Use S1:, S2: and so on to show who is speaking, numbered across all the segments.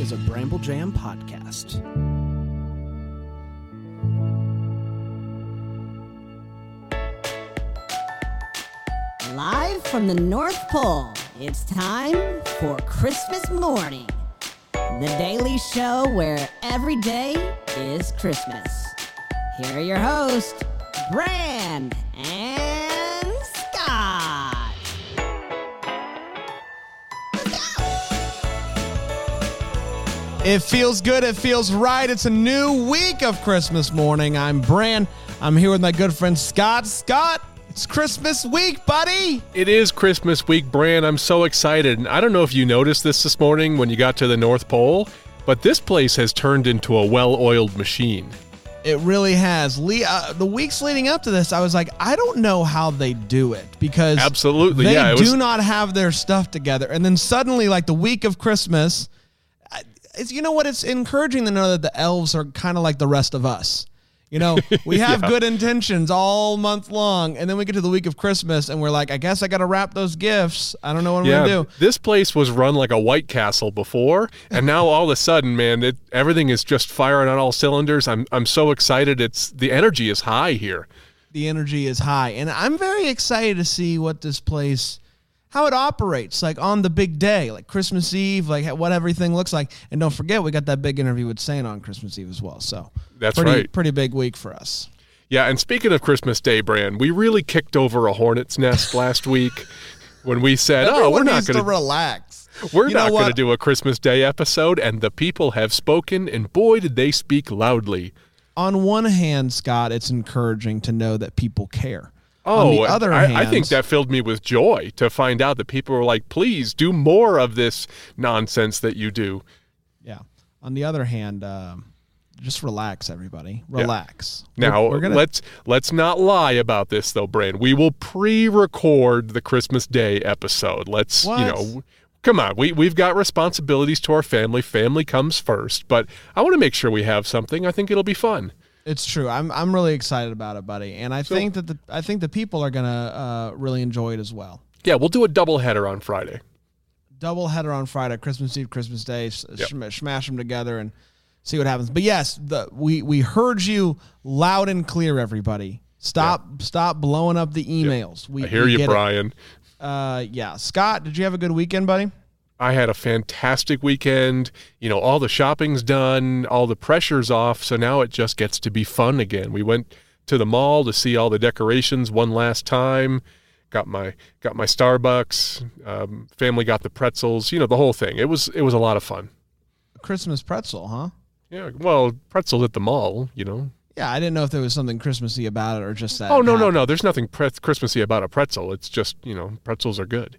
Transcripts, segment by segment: S1: is a Bramble Jam podcast.
S2: Live from the North Pole, it's time for Christmas Morning, the daily show where every day is Christmas. Here are your hosts, Brand and Scott.
S3: It feels good. It feels right. It's a new week of Christmas morning. I'm Bran. I'm here with my good friend Scott. Scott, it's Christmas week, buddy.
S4: It is Christmas week, Bran. I'm so excited. And I don't know if you noticed this this morning when you got to the North Pole, but this place has turned into a well oiled machine.
S3: It really has. Lee, uh, the weeks leading up to this, I was like, I don't know how they do it because
S4: Absolutely,
S3: they
S4: yeah, it
S3: do
S4: was-
S3: not have their stuff together. And then suddenly, like the week of Christmas, I- it's, you know what? It's encouraging to know that the elves are kind of like the rest of us. You know, we have good intentions all month long, and then we get to the week of Christmas, and we're like, I guess I got to wrap those gifts. I don't know what I'm
S4: Yeah,
S3: gonna do.
S4: this place was run like a White Castle before, and now all of a sudden, man, it, everything is just firing on all cylinders. I'm I'm so excited. It's the energy is high here.
S3: the energy is high and i'm very excited to see what this place how it operates like on the big day like christmas eve like what everything looks like and don't forget we got that big interview with saint on christmas eve as well so
S4: That's
S3: pretty,
S4: right.
S3: pretty big week for us
S4: Yeah, and speaking of Christmas Day, Bran, we really kicked over a hornet's nest last week when we said, "Oh, we're
S3: Everyone
S4: not
S3: needs
S4: going
S3: to relax
S4: We're
S3: You know
S4: not going to
S3: what?
S4: do a Christmas Day episode, and the people have spoken, and boy, did they speak loudly.
S3: on one hand scott it's encouraging to know that people care
S4: Oh,
S3: on the other
S4: I,
S3: hand
S4: I think that filled me with joy to find out that people were like, please do more of this nonsense that you do.
S3: yeah on the other hand um, just relax everybody relax We're-
S4: Now
S3: we're gonna-
S4: let's let's not lie about this though, Brain. We will pre-record the Christmas Day episode. Let's
S3: What?
S4: you know, come on. We we've got responsibilities to our family. Family comes first, but I want to make sure we have something. I think it'll be fun.
S3: It's true. I'm I'm really excited about it, buddy, and I think that the I think the people are gonna uh, really enjoy it as well.
S4: Yeah, we'll do a double header on Friday.
S3: Double header on Friday, Christmas Eve, Christmas Day. s-
S4: Yep.
S3: sm- smash them together and see what happens. But yes, the we we heard you loud and clear, everybody. Stop stop blowing up the emails. We
S4: I hear
S3: we
S4: you,
S3: get it.
S4: Brian.
S3: Uh, yeah, Scott, did you have a good weekend, buddy?
S4: I had a fantastic weekend. You know, all the shopping's done, all the pressure's off. So now it just gets to be fun again. We went to the mall to see all the decorations one last time. Got my got my Starbucks. Um, family got the pretzels. You know, the whole thing. It was it was a lot of fun.
S3: Christmas pretzel, huh?
S4: Yeah. Well, pretzels at the mall. You know.
S3: Yeah, I didn't know if there was something Christmassy about it or just that.
S4: Oh
S3: it
S4: no no
S3: happened.
S4: no. There's nothing pre- Christmassy about a pretzel. It's just you know pretzels are good.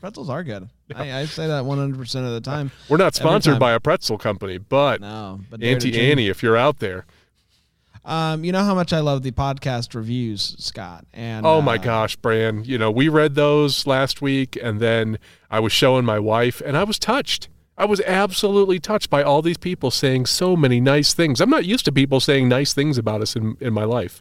S3: Pretzels are good. I, I say that 100 percent of the time.
S4: We're not
S3: Every
S4: sponsored
S3: time.
S4: by a pretzel company, but
S3: No, but they're to
S4: Auntie
S3: drink.
S4: Annie, if you're out there.
S3: Um, you know how much I love the podcast reviews, Scott. And
S4: Oh
S3: uh,
S4: my gosh, Bran. You know, we read those last week and then I was showing my wife and I was touched. I was absolutely touched by all these people saying so many nice things. I'm not used to people saying nice things about us in, in my life.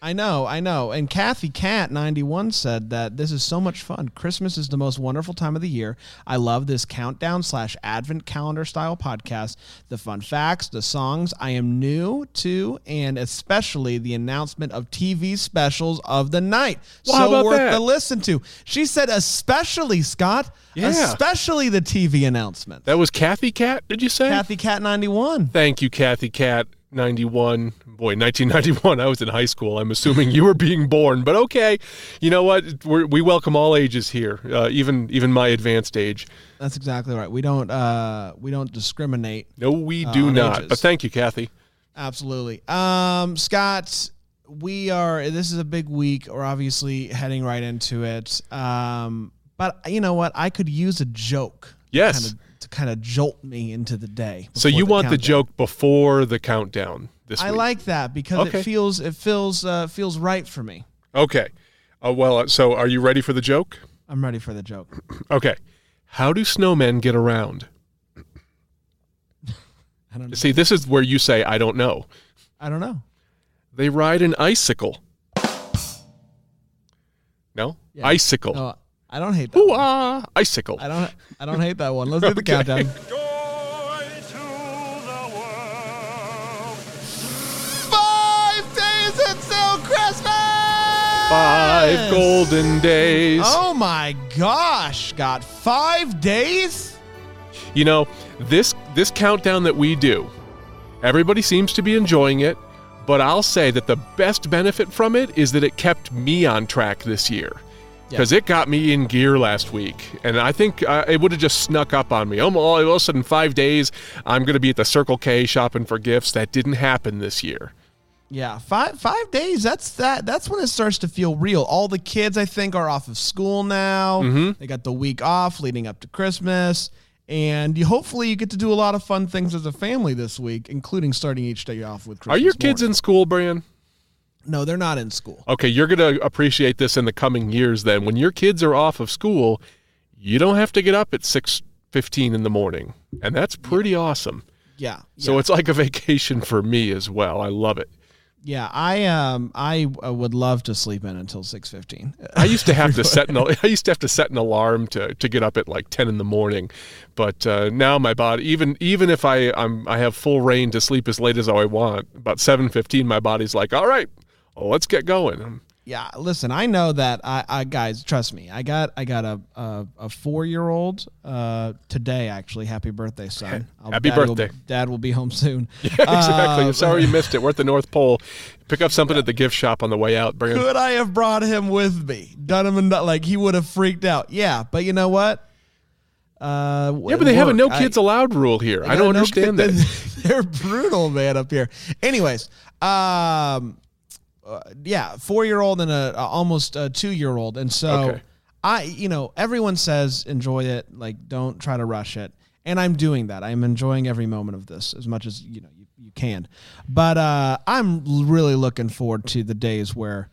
S3: I know, I know. And Kathy Cat ninety one said that this is so much fun. Christmas is the most wonderful time of the year. I love this countdown slash advent calendar style podcast. The fun facts, the songs I am new to, and especially the announcement of TV specials of the night.
S4: Well,
S3: so
S4: how about
S3: worth
S4: that?
S3: to listen to. She said, especially Scott,
S4: Yeah.
S3: especially the TV announcement.
S4: That was Kathy Cat, did you say?
S3: Kathy Cat ninety one.
S4: Thank you, Kathy Cat. 91 boy 1991 i was in high school i'm assuming you were being born but okay you know what We're, we welcome all ages here uh, even even my advanced age
S3: That's exactly right. We don't uh, we don't discriminate.
S4: no we
S3: Uh,
S4: do
S3: on
S4: not
S3: ages.
S4: but thank you kathy
S3: Absolutely. Um, Scott, we are. This is a big week. We're obviously heading right into it. Um, but you know what? I could use a joke.
S4: Yes.
S3: Kind of, to kind of jolt me into the day.
S4: So
S3: before
S4: you want the
S3: countdown.
S4: joke before the countdown this
S3: I
S4: week?
S3: like that because
S4: Okay.
S3: it feels it feels uh, feels right for me.
S4: Okay. Uh, well, uh, so are you ready for the joke?
S3: I'm ready for the joke.
S4: Okay. How do snowmen get around?
S3: I don't.
S4: See, this is where you say I don't know.
S3: I don't know.
S4: They ride an icicle. No,
S3: Yeah. Oh.
S4: icicle.
S3: No, I don't hate that.
S4: Ooh
S3: one.
S4: ah, icicle.
S3: I don't. I don't hate that one. Let's do the countdown.
S5: Joy
S4: Five golden days.
S3: Oh my gosh, got five days?
S4: You know, this this countdown that we do, everybody seems to be enjoying it, but I'll say that the best benefit from it is that it kept me on track this year. Because it got me in gear last week, and I think uh, it would have just snuck up on me. Almo- All of a sudden, five days, I'm going to be at the Circle K shopping for gifts. That didn't happen this year.
S3: Yeah, five five days. That's that. That's when it starts to feel real. All the kids, I think, are off of school now.
S4: Mm-hmm.
S3: They got the week off leading up to Christmas, and you, hopefully you get to do a lot of fun things as a family this week, including starting each day off with Christmas.
S4: Are your kids in school, Brian?
S3: in? No, they're not in school.
S4: Okay, you're going to appreciate this in the coming years then. When your kids are off of school, you don't have to get up at 6:15 in the morning. And that's pretty awesome.
S3: Yeah.
S4: So it's like a vacation for me as well. I love it.
S3: Yeah, I um I uh, would love to sleep in until six fifteen.
S4: I used to have to set an al- I used to have to set an alarm to, to get up at like 10 in the morning, but uh, now my body even even if I I'm, I have full reign to sleep as late as I want, about 7:15 my body's like, "All right, let's get going."
S3: Yeah, listen, I know that I, I guys, trust me. I got I got a a, a four year old uh, today actually. Happy birthday, son! I'll-
S4: Happy
S3: Dad will-
S4: birthday.
S3: Dad will be home soon.
S4: exactly.
S3: Uh,
S4: Sorry you missed it. We're at the North Pole. Pick up something at the gift shop on the way out, Brian.
S3: could I have brought him with me? Done him and like he would have freaked out. Yeah, but you know what? Uh,
S4: Yeah, but they have a no kids allowed rule here. I don't understand that.
S3: They're brutal, man, up here. Anyways, um, uh, yeah, four year old and a, a almost a two year old, and so
S4: Okay.
S3: I, you know, everyone says enjoy it, like don't try to rush it, and I'm doing that. I'm enjoying every moment of this as much as you know you, you can, but uh, I'm really looking forward to the days where.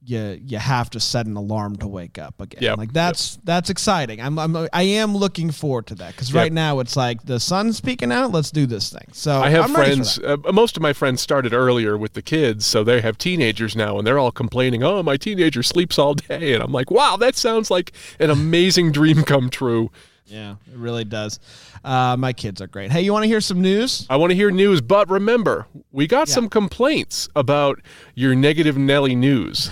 S3: You, you have to set an alarm to wake up again.
S4: Yep,
S3: Like that's that's exciting. I'm, I'm I am looking forward to that because
S4: Yep.
S3: right now it's like the sun's peeking out. Let's do this thing. So
S4: I have
S3: I'm ready for
S4: friends.
S3: that.
S4: Uh, most of my friends started earlier with the kids, so they have teenagers now, and they're all complaining, "Oh, my teenager sleeps all day," and I'm like, "Wow, that sounds like an amazing dream come true."
S3: Yeah, it really does. Uh, my kids are great. Hey, you want to hear some news?
S4: I want to hear news, but remember, we got some complaints about your negative Nelly news.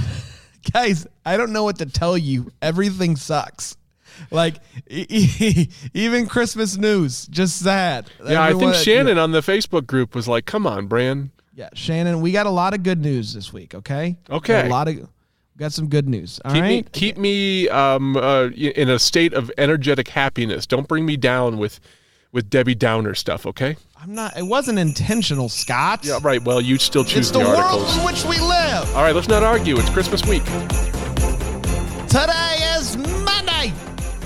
S3: guys, I don't know what to tell you. Everything sucks. Like e- e- even Christmas news, just sad.
S4: Yeah, I think
S3: Everyone-
S4: Shannon on the Facebook group was like, "Come on, Bran,
S3: Yeah, Shannon, we got a lot of good news this week. Okay.
S4: Okay.
S3: A lot of got some good news. All right.
S4: keep me keep me um, uh, y- in a state of energetic happiness. Don't bring me down with with Debbie Downer stuff, okay?
S3: I'm not. It wasn't intentional, Scott.
S4: Yeah, right. Well, you still
S3: it's
S4: choose
S3: the,
S4: the,
S3: world
S4: articles.
S3: in which we live.
S4: All right, let's not argue. It's Christmas week.
S3: Today is Monday,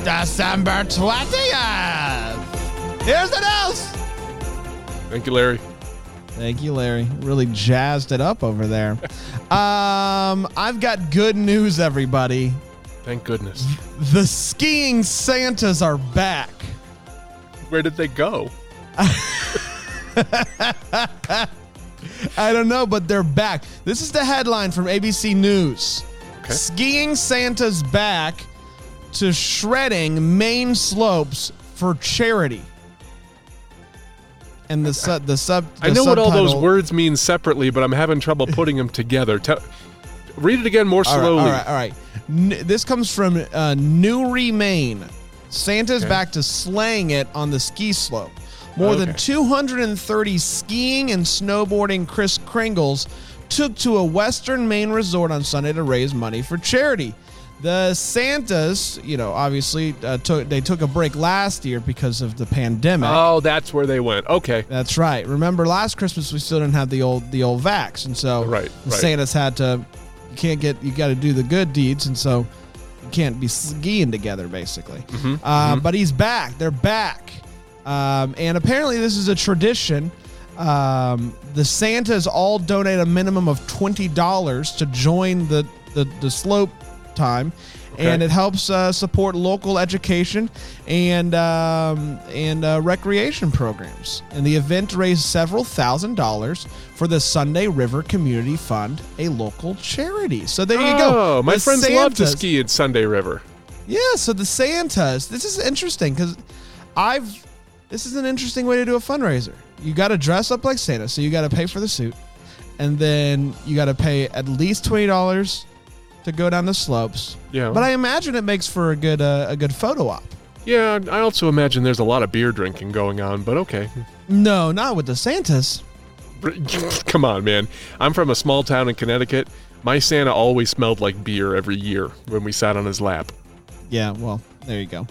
S3: December twentieth. Here's the news.
S4: Thank you, Larry.
S3: Thank you, Larry. Really jazzed it up over there. um, I've got good news, everybody.
S4: Thank goodness.
S3: The skiing Santas are back.
S4: Where did they go?
S3: I don't know, but they're back. This is the headline from ABC News
S4: Okay.
S3: Skiing Santa's back to shredding main slopes for charity. And the, su- the sub.
S4: I
S3: the
S4: know what all those
S3: subtitle-
S4: words mean separately, but I'm having trouble putting them together. Tell, read it again more
S3: All right,
S4: slowly.
S3: All right, all right. N- this comes from uh, Newry, Maine. Santa's back to slaying it on the ski slope. More than
S4: Okay.
S3: 230 skiing and snowboarding Chris Kringles took to a Western Maine resort on Sunday to raise money for charity. The Santas, you know, obviously uh, took they took a break last year because of the pandemic.
S4: Oh, that's where they went. Okay.
S3: That's right. Remember last Christmas we still didn't have the old the old vax, and so
S4: Right,
S3: the
S4: right.
S3: Santa's had to. You can't get. You got to do the good deeds, and so you can't be skiing together, basically.
S4: Mm-hmm.
S3: uh, But he's back. They're back, um, and apparently this is a tradition. Um, the Santas all donate a minimum of twenty dollars to join the the, the slope time. And
S4: Okay.
S3: it helps uh, support local education and um, and uh, recreation programs. And the event raised several thousand dollars for the Sunday River Community Fund, a local charity. So there you go.
S4: Oh, my
S3: The
S4: friends love to
S3: Santas-
S4: ski at Sunday River.
S3: Yeah. So the Santas. This is interesting because I've. This is an interesting way to do a fundraiser. You got to dress up like Santa, so you got to pay for the suit, and then you got to pay at least twenty dollars to go down the slopes.
S4: Yeah.
S3: But I imagine it makes for a good uh, a good photo op.
S4: Yeah, I also imagine there's a lot of beer drinking going on, but okay.
S3: No, not with the Santas.
S4: Come on, man. I'm from a small town in Connecticut. My Santa always smelled like beer every year when we sat on his lap.
S3: Yeah, well, there you go.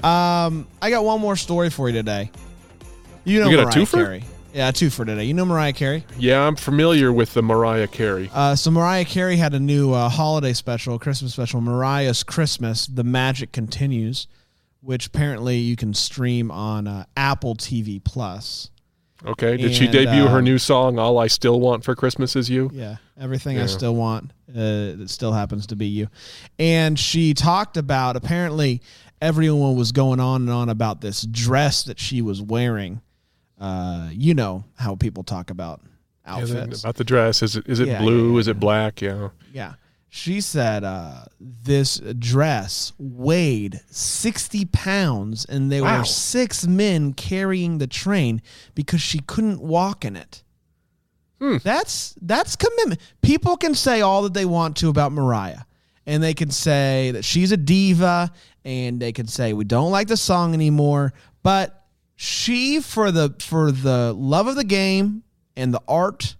S4: Hmm.
S3: Um, I got one more story for you today. You know
S4: You got a
S3: Mariah
S4: twofer?
S3: Carey. Yeah, two for today. You know Mariah Carey.
S4: Yeah, I'm familiar with the Mariah Carey.
S3: Uh, so Mariah Carey had a new uh, holiday special, Christmas special, Mariah's Christmas: The Magic Continues, which apparently you can stream on uh, Apple TV Plus.
S4: Okay, did she
S3: and,
S4: debut her
S3: um,
S4: new song "All I Still Want for Christmas Is You"?
S3: Yeah, everything I
S4: Yeah.
S3: still want uh, that still happens to be you. And she talked about apparently everyone was going on and on about this dress that she was wearing. Uh, you know how people talk about
S4: Is it
S3: outfits.
S4: about the dress? Is it is it
S3: Yeah,
S4: blue?
S3: yeah, yeah,
S4: Is it black? Yeah.
S3: Yeah. She said uh, this dress weighed 60 pounds and there
S4: Wow.
S3: were six men carrying the train because she couldn't walk in it. That's that's commitment. People can say all that they want to about Mariah and they can say that she's a diva and they can say we don't like the song anymore, but she for the for the love of the game and the art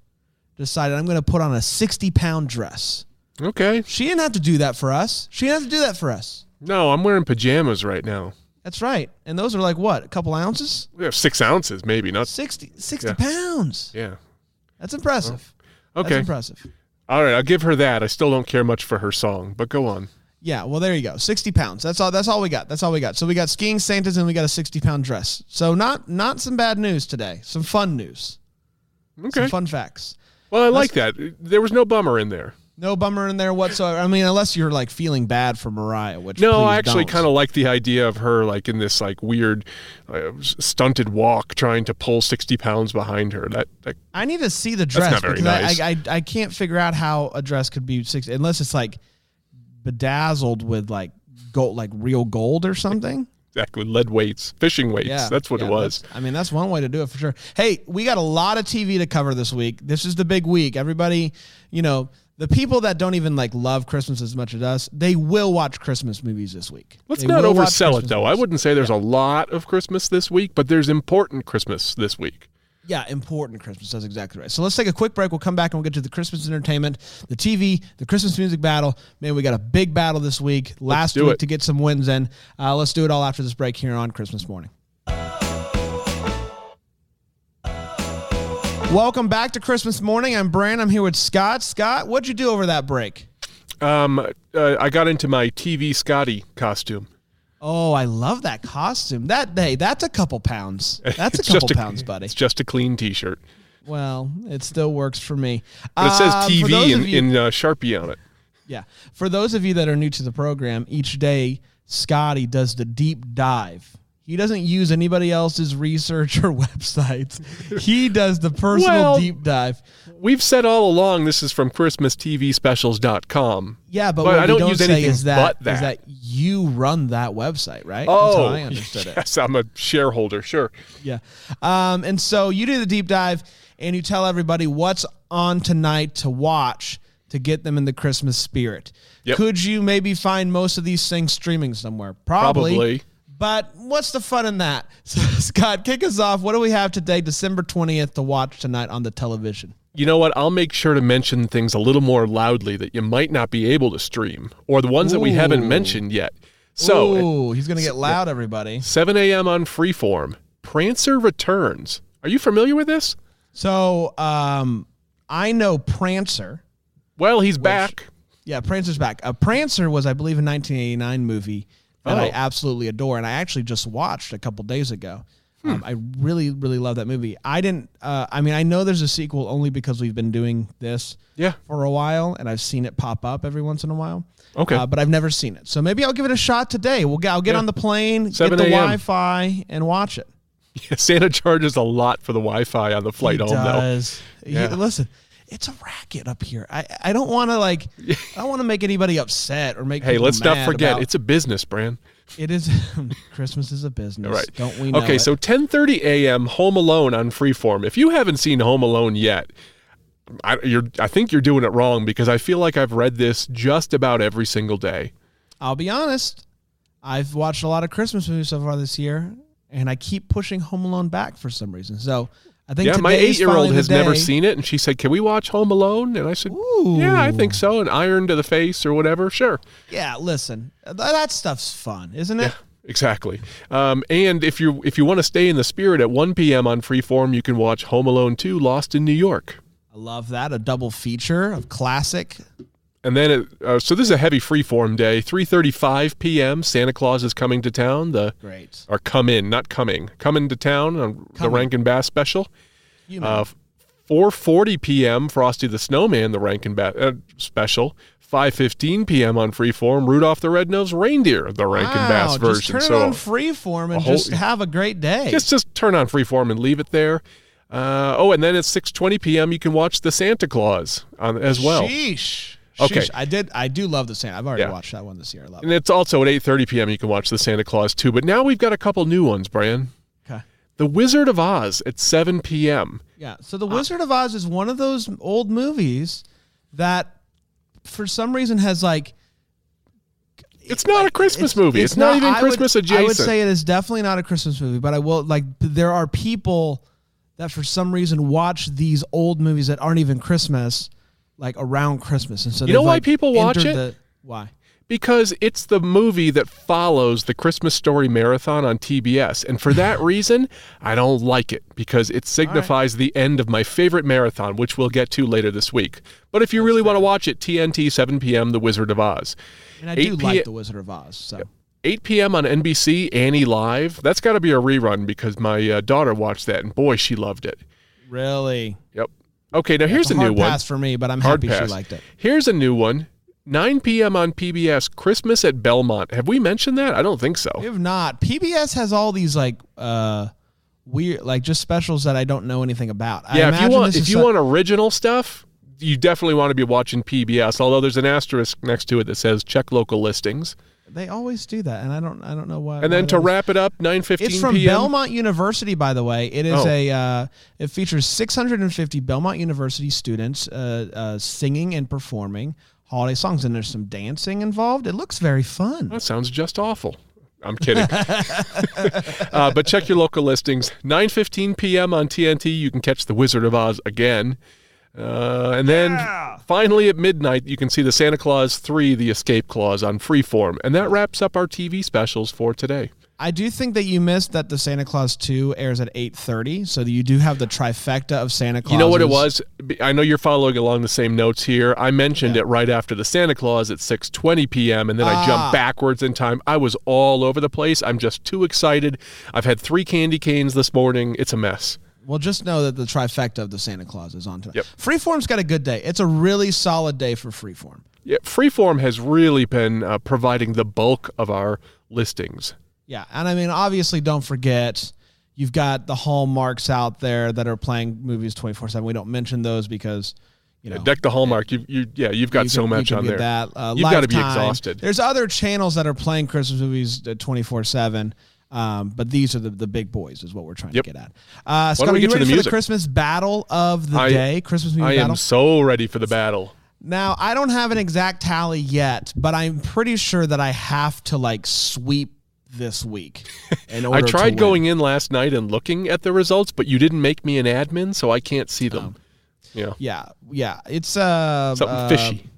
S3: decided I'm going to put on a 60 pound dress.
S4: Okay.
S3: She didn't have to do that for us. She didn't have to do that for us.
S4: No, I'm wearing pajamas right now.
S3: That's right. And those are like what? A couple ounces?
S4: We have six ounces, maybe not.
S3: 60, 60
S4: Yeah.
S3: pounds.
S4: Yeah.
S3: That's impressive. That's
S4: Okay.
S3: impressive.
S4: All right. I'll give her that. I still don't care much for her song, but go on.
S3: Yeah, well there you go. 60 pounds. That's all that's all we got. That's all we got. So we got skiing Santas and we got a 60 pound dress. So not not some bad news today. Some fun news.
S4: Okay.
S3: Some fun facts.
S4: Well, I like that. There was no bummer in there.
S3: No bummer in there whatsoever. I mean, unless you're like feeling bad for Mariah, which
S4: No,
S3: please
S4: I actually
S3: don't.
S4: kind of like the idea of her like in this like weird, uh, stunted walk, trying to pull sixty pounds behind her. That, that
S3: I need to see the dress
S4: not very
S3: because
S4: nice.
S3: I, I, I I can't figure out how a dress could be six unless it's like bedazzled with like gold, like real gold or something.
S4: exactly lead weights, fishing weights. that's what
S3: Yeah,
S4: it was.
S3: that's- I mean, that's one way to do it for sure. Hey, we got a lot of TV to cover this week. This is the big week. Everybody, you know, the people that don't even like love Christmas as much as us, they will watch Christmas movies this week.
S4: Let's
S3: They
S4: not
S3: will watch
S4: oversell it
S3: Christmas
S4: though. I
S3: movies.
S4: wouldn't say there's a lot of Christmas this week, but there's important Christmas this week.
S3: Yeah, important Christmas. That's exactly right. So let's take a quick break. We'll come back and we'll get to the Christmas entertainment, the TV, the Christmas music battle. Man, we got a big battle this week. Last
S4: do
S3: week
S4: it.
S3: to get some wins in. Uh, let's do it all after this break here on Christmas morning. Welcome back to Christmas morning. I'm Brand. I'm here with Scott. Scott, what'd you do over that break?
S4: Um, uh, I got into my TV Scotty costume.
S3: Oh, I love that costume. That day, that's a couple pounds. That's a
S4: It's just
S3: couple pounds, buddy.
S4: It's just a clean T-shirt.
S3: Well, it still works for me.
S4: But it says
S3: Uh, for
S4: TV
S3: those
S4: in,
S3: of you-
S4: in uh, Sharpie on it.
S3: Yeah. For those of you that are new to the program, each day Scotty does the deep dive. He doesn't use anybody else's research or websites. He does the personal
S4: Well-
S3: deep dive.
S4: We've said all along this is from ChristmasTVSpecials.com.
S3: Yeah, but,
S4: But
S3: what
S4: I
S3: we
S4: don't
S3: don't
S4: use
S3: say
S4: anything
S3: is that,
S4: but
S3: is that
S4: that.
S3: you run that website, right? That's how
S4: Oh,
S3: I understood it.
S4: yes, I'm a shareholder. Sure.
S3: Yeah. Um, and so you do the deep dive and you tell everybody what's on tonight to watch to get them in the Christmas spirit.
S4: Yep.
S3: Could you maybe find most of these things streaming somewhere?
S4: Probably.
S3: But what's the fun in that? So, Scott, kick us off. What do we have today, December 20th, to watch tonight on the television?
S4: You know what? I'll make sure to mention things a little more loudly that you might not be able to stream, or the ones that we haven't
S3: Ooh.
S4: mentioned yet. So, at
S3: Ooh, he's going to get loud, everybody.
S4: 7 a.m. on Freeform, Prancer returns. Are you familiar with this?
S3: So um, I know Prancer.
S4: Well, he's back.
S3: Yeah, Prancer's back. Uh, Prancer was, I believe, a 1989 movie that I
S4: Oh.
S3: absolutely adore, and I actually just watched a couple days ago.
S4: Hmm.
S3: Um, I really, really love that movie. I didn't. Uh, I mean, I know there's a sequel only because we've been doing this
S4: Yeah.
S3: for a while, and I've seen it pop up every once in a while.
S4: Okay.
S3: uh, but I've never seen it, so maybe I'll give it a shot today. We'll get, I'll get
S4: Yeah.
S3: on the plane, get
S4: 7
S3: the
S4: a.m..
S3: Wi-Fi, and watch it.
S4: Santa charges a lot for the Wi Fi on the flight home, though.
S3: does. You-
S4: Yeah.
S3: listen, it's a racket up here. I, I don't want to like. I don't want to make anybody upset or make.
S4: Hey,
S3: people
S4: let's not
S3: mad
S4: forget,
S3: about-
S4: it's a business, Brand.
S3: It is Christmas is a business,
S4: All right.
S3: Don't we? Know
S4: okay,
S3: it?
S4: so 10:30 a.m. Home Alone on Freeform. If you haven't seen Home Alone yet, I, you're, I think you're doing it wrong because I feel like I've read this just about every single day.
S3: I'll be honest. I've watched a lot of Christmas movies so far this year, and I keep pushing Home Alone back for some reason. So I think
S4: Yeah, my
S3: today's
S4: eight year old
S3: finally the
S4: has never
S3: day-
S4: seen it. And she said, Can we watch Home Alone? And I said,
S3: Ooh.
S4: Yeah, I think so. An iron to the face or whatever. Sure.
S3: Yeah, listen, th- that stuff's fun, isn't it?
S4: Exactly. Um, and if you if you want to stay in the spirit at 1 p.m. on Freeform, you can watch Home Alone 2 Lost in New York.
S3: I love that a double feature of classic.
S4: And then, it, uh, so this is a heavy freeform day. 3:35 p.m. Santa Claus is coming to town. The
S3: Great.
S4: or come in, not coming, coming to town on the
S3: Coming.
S4: Rankin Bass special.
S3: You know,
S4: Uh, 4:40 p.m. Frosty the Snowman, the Rankin Bass uh, special. 5:15 p.m. on Freeform, Rudolph the Red-Nosed Reindeer, the Rankin Bass
S3: wow,
S4: version.
S3: just turn
S4: so
S3: it on freeform and
S4: a whole-
S3: just have a great day.
S4: just just turn on freeform and leave it there. Uh, oh, and then at 6:20 p.m. you can watch the Santa Claus on, as well.
S3: Sheesh.
S4: Okay.
S3: Sheesh. I did. I do love the Santa. I've already
S4: Yeah.
S3: watched that one this year. I love
S4: And
S3: it.
S4: it's also at 8:30 p.m. you can watch the Santa Claus too. But now we've got a couple new ones, Brian.
S3: Okay.
S4: The Wizard of Oz at 7 p.m.
S3: Yeah. So
S4: Uh,
S3: The Wizard of Oz is one of those old movies that, for some reason, has like.
S4: It's not a Christmas movie. It's, not, even
S3: I would-
S4: Christmas
S3: I
S4: adjacent.
S3: would say it is definitely not a Christmas movie, but I will like there are people that for some reason watch these old movies that aren't even Christmas, like around Christmas, and so
S4: You know
S3: they've,
S4: why
S3: like,
S4: people watch
S3: entered
S4: it?
S3: The, why?
S4: because it's the movie that follows the Christmas Story marathon on TBS. And for that reason, I don't like it because it signifies the end of my favorite marathon, which we'll get to later this week. But if you really want to watch it, TNT 7 p.m. The Wizard of Oz.
S3: And I
S4: 8
S3: do
S4: p-
S3: like The Wizard of Oz. So
S4: 8 p.m. on NBC, Annie Live. That's got to be a rerun because my uh, daughter watched that and boy, she loved it.
S3: really,
S4: Yep. Okay, now here's
S3: it's
S4: a
S3: a
S4: new
S3: hard
S4: one.
S3: pass for me, but I'm
S4: Hard
S3: happy
S4: pass.
S3: she liked it.
S4: Here's a new one. 9 p.m. on PBS, Christmas at Belmont. Have we mentioned that? I don't think so.
S3: If not, PBS has all these like uh weird, like just specials that I don't know anything about. I
S4: Yeah, if you
S3: imagine
S4: want
S3: this
S4: if
S3: is
S4: you
S3: some-
S4: want original stuff, you definitely want to be watching PBS. Although there's an asterisk next to it that says check local listings.
S3: they always do that, and I don't, I don't know why.
S4: And
S3: why
S4: then to
S3: that is.
S4: wrap it up, 9:15
S3: It's from
S4: p.m.
S3: Belmont University, by the way. It is
S4: Oh.
S3: a uh, it features 650 Belmont University students uh, uh, singing and performing holiday songs, and there's some dancing involved. It looks very fun.
S4: That sounds just awful. I'm kidding. uh, but check your local listings. 9:15 p.m. on TNT, you can catch The Wizard of Oz again. Uh, and then finally at midnight, you can see the Santa Claus 3: The Escape Clause on Freeform, and that wraps up our TV specials for today.
S3: I do think that you missed that the Santa Claus 2 airs at 8:30, so that you do have the trifecta of Santa Claus.
S4: You know what it was? B- I know you're following along the same notes here. I mentioned it right after the Santa Claus at 6:20 p.m. and then I
S3: Ah.
S4: jumped backwards in time. I was all over the place. I'm just too excited. I've had 3 candy canes this morning. It's a mess.
S3: Well, just know that the trifecta of the Santa Claus is on tonight.
S4: Yep.
S3: Freeform's got a good day. It's a really solid day for Freeform.
S4: Yeah, Freeform has really been uh, providing the bulk of our listings.
S3: Yeah, and I mean, obviously, don't forget you've got the hallmarks out there that are playing movies twenty four seven. We don't mention those because you know
S4: Deck the Hallmark. You, you yeah, you've got
S3: Oh, you
S4: so
S3: can- you
S4: much
S3: can
S4: on
S3: get
S4: there.
S3: That uh,
S4: you've got to be
S3: Lifetime.
S4: exhausted.
S3: There's other channels that are playing Christmas movies twenty four seven. Um, but these are the, the big boys, is what we're trying
S4: Yep.
S3: to get at. Uh,
S4: Why
S3: Scott,
S4: don't
S3: are
S4: we
S3: you
S4: get to
S3: ready
S4: the
S3: for the
S4: music?
S3: Christmas battle of the
S4: I-
S3: day? Christmas movie
S4: I
S3: battle.
S4: am so ready for the battle.
S3: Now, I don't have an exact tally yet, but I'm pretty sure that I have to like sweep this week. In order
S4: I
S3: to
S4: tried
S3: win.
S4: going in last night and looking at the results, but you didn't make me an admin, so I can't see them.
S3: Oh.
S4: Yeah.
S3: Yeah, yeah. It's uh
S4: Something
S3: uh,
S4: fishy.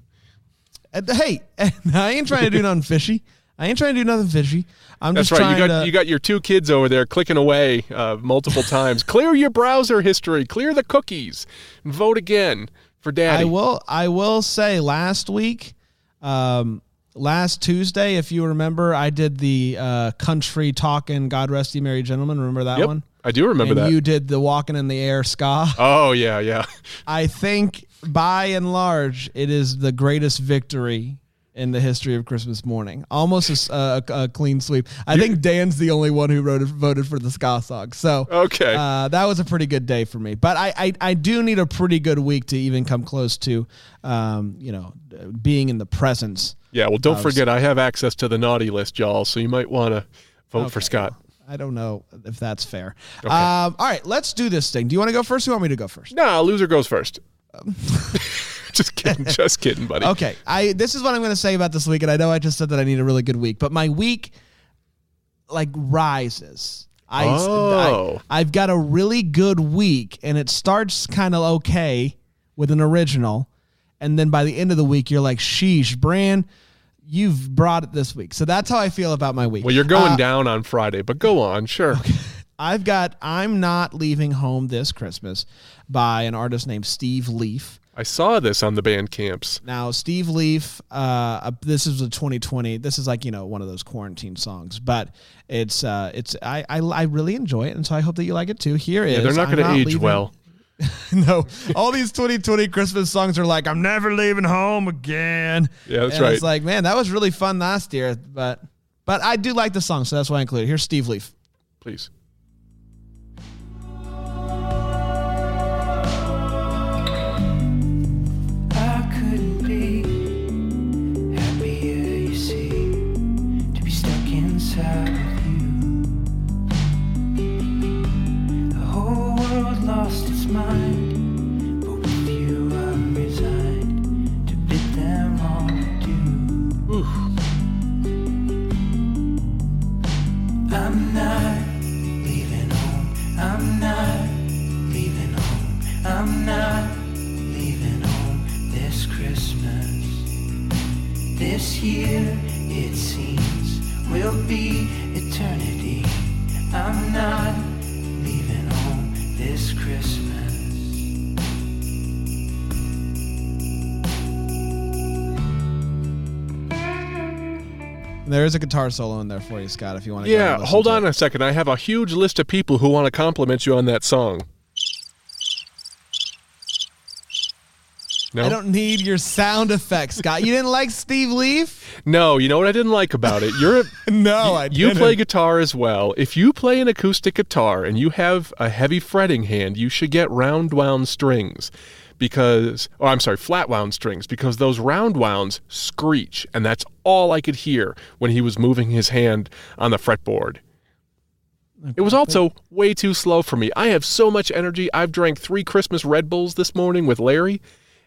S3: uh, hey, I ain't trying to do nothing fishy. I ain't trying to do nothing fishy. I'm
S4: That's
S3: just
S4: right. You
S3: trying
S4: got
S3: to.
S4: you got your two kids over there clicking away uh, multiple times. clear your browser history. Clear the cookies. And vote again for
S3: I
S4: Daddy.
S3: will. I will say last week, um, last Tuesday, if you remember, I did the uh, country talking. God rest you, merry gentlemen. Remember that
S4: Yep.
S3: one?
S4: I do remember
S3: and
S4: that.
S3: you did the walking in the air ska.
S4: oh yeah, yeah.
S3: I think by and large, it is the greatest victory in the history of Christmas morning. Almost a s- a, a- a clean sweep. I think Dan's the only one who wrote, voted for the ska song. So
S4: Okay.
S3: uh, that was a pretty good day for me. But I, I I do need a pretty good week to even come close to, um, you know, being in the presence.
S4: Yeah, well, don't forget I have access to the naughty list, y'all. So you might want to vote for Scott.
S3: I don't know if that's fair. Um, all right, let's do this thing. Do you want to go first? Or you want me to go first?
S4: Nah, loser goes first. just kidding, just kidding, buddy.
S3: Um, Okay, I this is what I'm going to say about this week, and I know I just said that I need a really good week, but my week like rises. I,
S4: Oh.
S3: I have got a really good week, and it starts kind of okay with an original, and then by the end of the week, you're like, "Sheesh, Bran, you've brought it this week." So that's how I feel about my week.
S4: Well, you're going
S3: Uh,
S4: down on Friday, but go on, sure.
S3: I've got I'm Not Leaving Home This Christmas by an artist named Steve Leaf.
S4: I saw this on the band camps.
S3: Now, Steve Leaf, uh, uh, this is a 2020. This is like, you know, one of those quarantine songs, but it's, uh, it's, I, I, I really enjoy it. And so I hope that you like it too. Here is
S4: Yeah, they're not
S3: I'm
S4: going to age
S3: Leaving-
S4: well.
S3: no, all these 2020 Christmas songs are like, I'm never leaving home again.
S4: Yeah, that's
S3: And
S4: right.
S3: It's like, man, that was really fun last year, but, but I do like the song. So that's why I included it. Here's Steve Leaf.
S4: Please.
S5: I couldn't be happier, you see, to be stuck inside with you. The whole world lost its mind, but with you I'm resigned to bid them all adieu. I'm not leaving home. I'm not leaving home. I'm not leaving home this Christmas. This year, it seems, will be eternity. I'm not leaving home this Christmas.
S3: There is a guitar solo in there for you, Scott, if you want to.
S4: Yeah, hold on a second. I have a huge list of people who want to compliment you on that song. No,
S3: I don't need your sound effects, Scott. You didn't like Steve Leaf?
S4: no. You know what I didn't like about it? You're a,
S3: No, I
S4: You play guitar as well. If you play an acoustic guitar and you have a heavy fretting hand, you should get round wound strings because, oh, I'm sorry, flat wound strings because those round wounds screech. And that's all I could hear when he was moving his hand on the fretboard. It was also way too slow for me. I have so much energy. I've drank three Christmas Red Bulls this morning with Larry,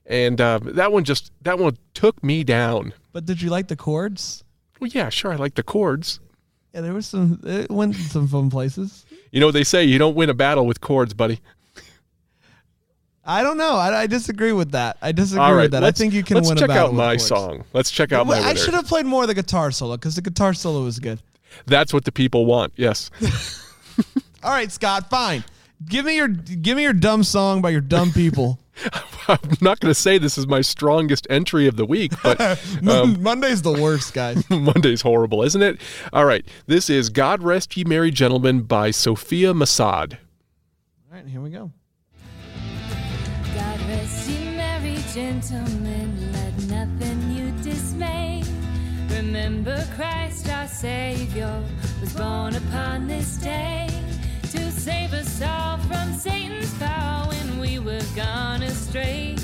S4: and uh, that one just that one took me down.
S3: But did you like the chords?
S4: Well, yeah, sure, I like the chords.
S3: Yeah, there was some. It went some fun places.
S4: You know, they say you don't win a battle with chords, buddy.
S3: I don't know. I, I disagree with that. I disagree
S4: All right,
S3: with that. I
S4: let's-
S3: think you can
S4: Let's
S3: win. a
S4: check
S3: battle
S4: out
S3: with
S4: my
S3: chords.
S4: song. Let's check out my
S3: Well, I
S4: winner.
S3: should have played more of the guitar solo because the guitar solo was good.
S4: That's what the people want. Yes.
S3: All right, Scott. Fine. Give me your give me your dumb song by your dumb people.
S4: I'm not going to say this is my strongest entry of the week, but um,
S3: Mon- Monday's the worst, guys.
S4: Monday's horrible, isn't it? All right. This is God Rest Ye Merry Gentlemen by Sophia Massad.
S3: All right, here we go.
S6: God rest ye merry gentlemen, let nothing you dismay. Remember Christ our Savior was born upon this day to save us all from Satan's power when we were gone astray.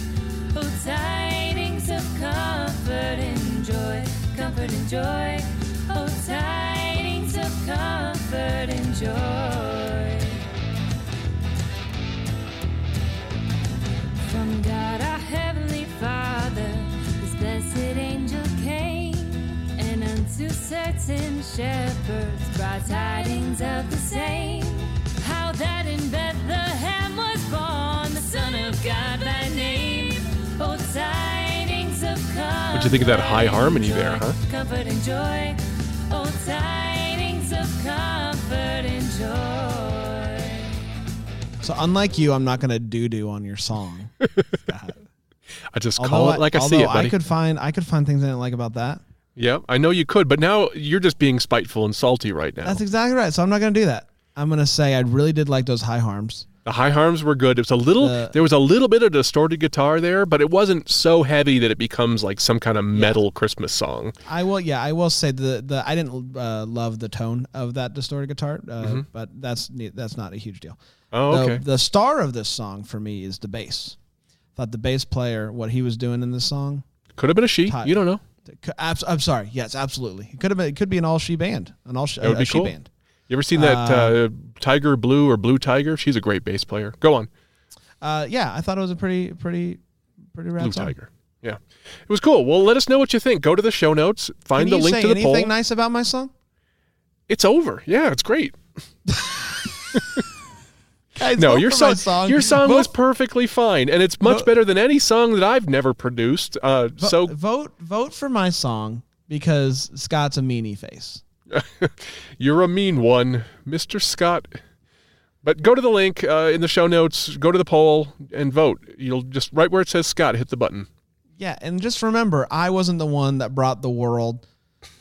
S6: Oh, tidings of comfort and joy, comfort and joy. Oh, tidings of comfort and joy. From God our Heavenly Father, this blessed angel came, and unto certain shepherds brought tidings of the same. How that in Bethlehem was born the Son of God by name. Oh, tidings of comfort.
S4: What'd you think of that high
S6: and
S4: harmony
S6: joy,
S4: there, huh?
S6: Comfort and joy. Oh, tidings of comfort and joy.
S3: So unlike you, I'm not gonna doo doo on your song.
S4: I just
S3: Although
S4: call it like I, see
S3: although
S4: it, buddy.
S3: I could find I could find things I didn't like about that.
S4: yeah, I know you could, but now you're just being spiteful and salty right now.
S3: That's exactly right. So I'm not gonna do that. I'm gonna say I really did like those high harms.
S4: The high harms were good. It was a little.
S3: The-
S4: there was a little bit of distorted guitar there, but it wasn't so heavy that it becomes like some kind of metal Christmas song.
S3: I will, yeah, I will say the the I didn't uh, love the tone of that distorted guitar, uh, but that's ne- that's not a huge deal.
S4: Oh,
S3: The-
S4: Mm-hmm. okay.
S3: The star of this song for me is the bass. Thought the bass player, what he was doing in this song.
S4: Could have been a she.
S3: Tight.
S4: You don't know.
S3: c- abs- I'm sorry. Yes, absolutely. It could have been. It could be an all she band. An all she,
S4: That would
S3: a
S4: be
S3: she
S4: cool.
S3: band.
S4: You ever seen that uh, Tiger Blue or Blue Tiger? She's a great bass player. Go on.
S3: Uh, yeah, I thought it was a pretty pretty Pretty rad
S4: Blue
S3: song.
S4: Tiger. Yeah. It was cool. Well, let us know what you think. Go to the show notes, find
S3: Can
S4: the
S3: you
S4: link
S3: say
S4: to the
S3: anything
S4: poll.
S3: nice about my song?
S4: it's over. Yeah, it's great.
S3: Guys,
S4: No,
S3: vote
S4: your
S3: for my
S4: song, your song
S3: Vote-
S4: was perfectly fine, and it's much
S3: Vote-
S4: better than any song that I've never produced. Uh,
S3: vo-
S4: so
S3: vote vote for my song because Scott's a meanie face.
S4: You're a mean one, Mr. Scott. But go to the link uh, in the show notes, go to the poll, and vote. You'll just, right where it says Scott, hit the button.
S3: Yeah, and just remember, I wasn't the one that brought the world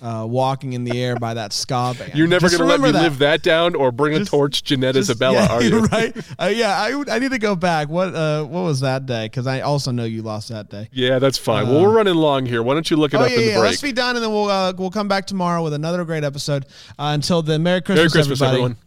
S3: uh, walking in the air by that ska band.
S4: You're never
S3: Just
S4: going to let me
S3: remember
S4: live that down or bring a
S3: Just-
S4: torch, Jeanette
S3: Just-
S4: Isabella,
S3: yeah,
S4: are you?
S3: right? Uh, yeah, I, would- I need to go back. What uh, what was that day? Because I also know you lost that day.
S4: Yeah, that's fine. well, we're running long here. Why don't you look it
S3: Uh, oh
S4: up
S3: yeah,
S4: in the
S3: yeah.
S4: break?
S3: Let's be done, and then we'll uh, we'll come back tomorrow with another great episode. Uh, until then, Merry Christmas,
S4: Merry Christmas,
S3: everybody.
S4: everyone.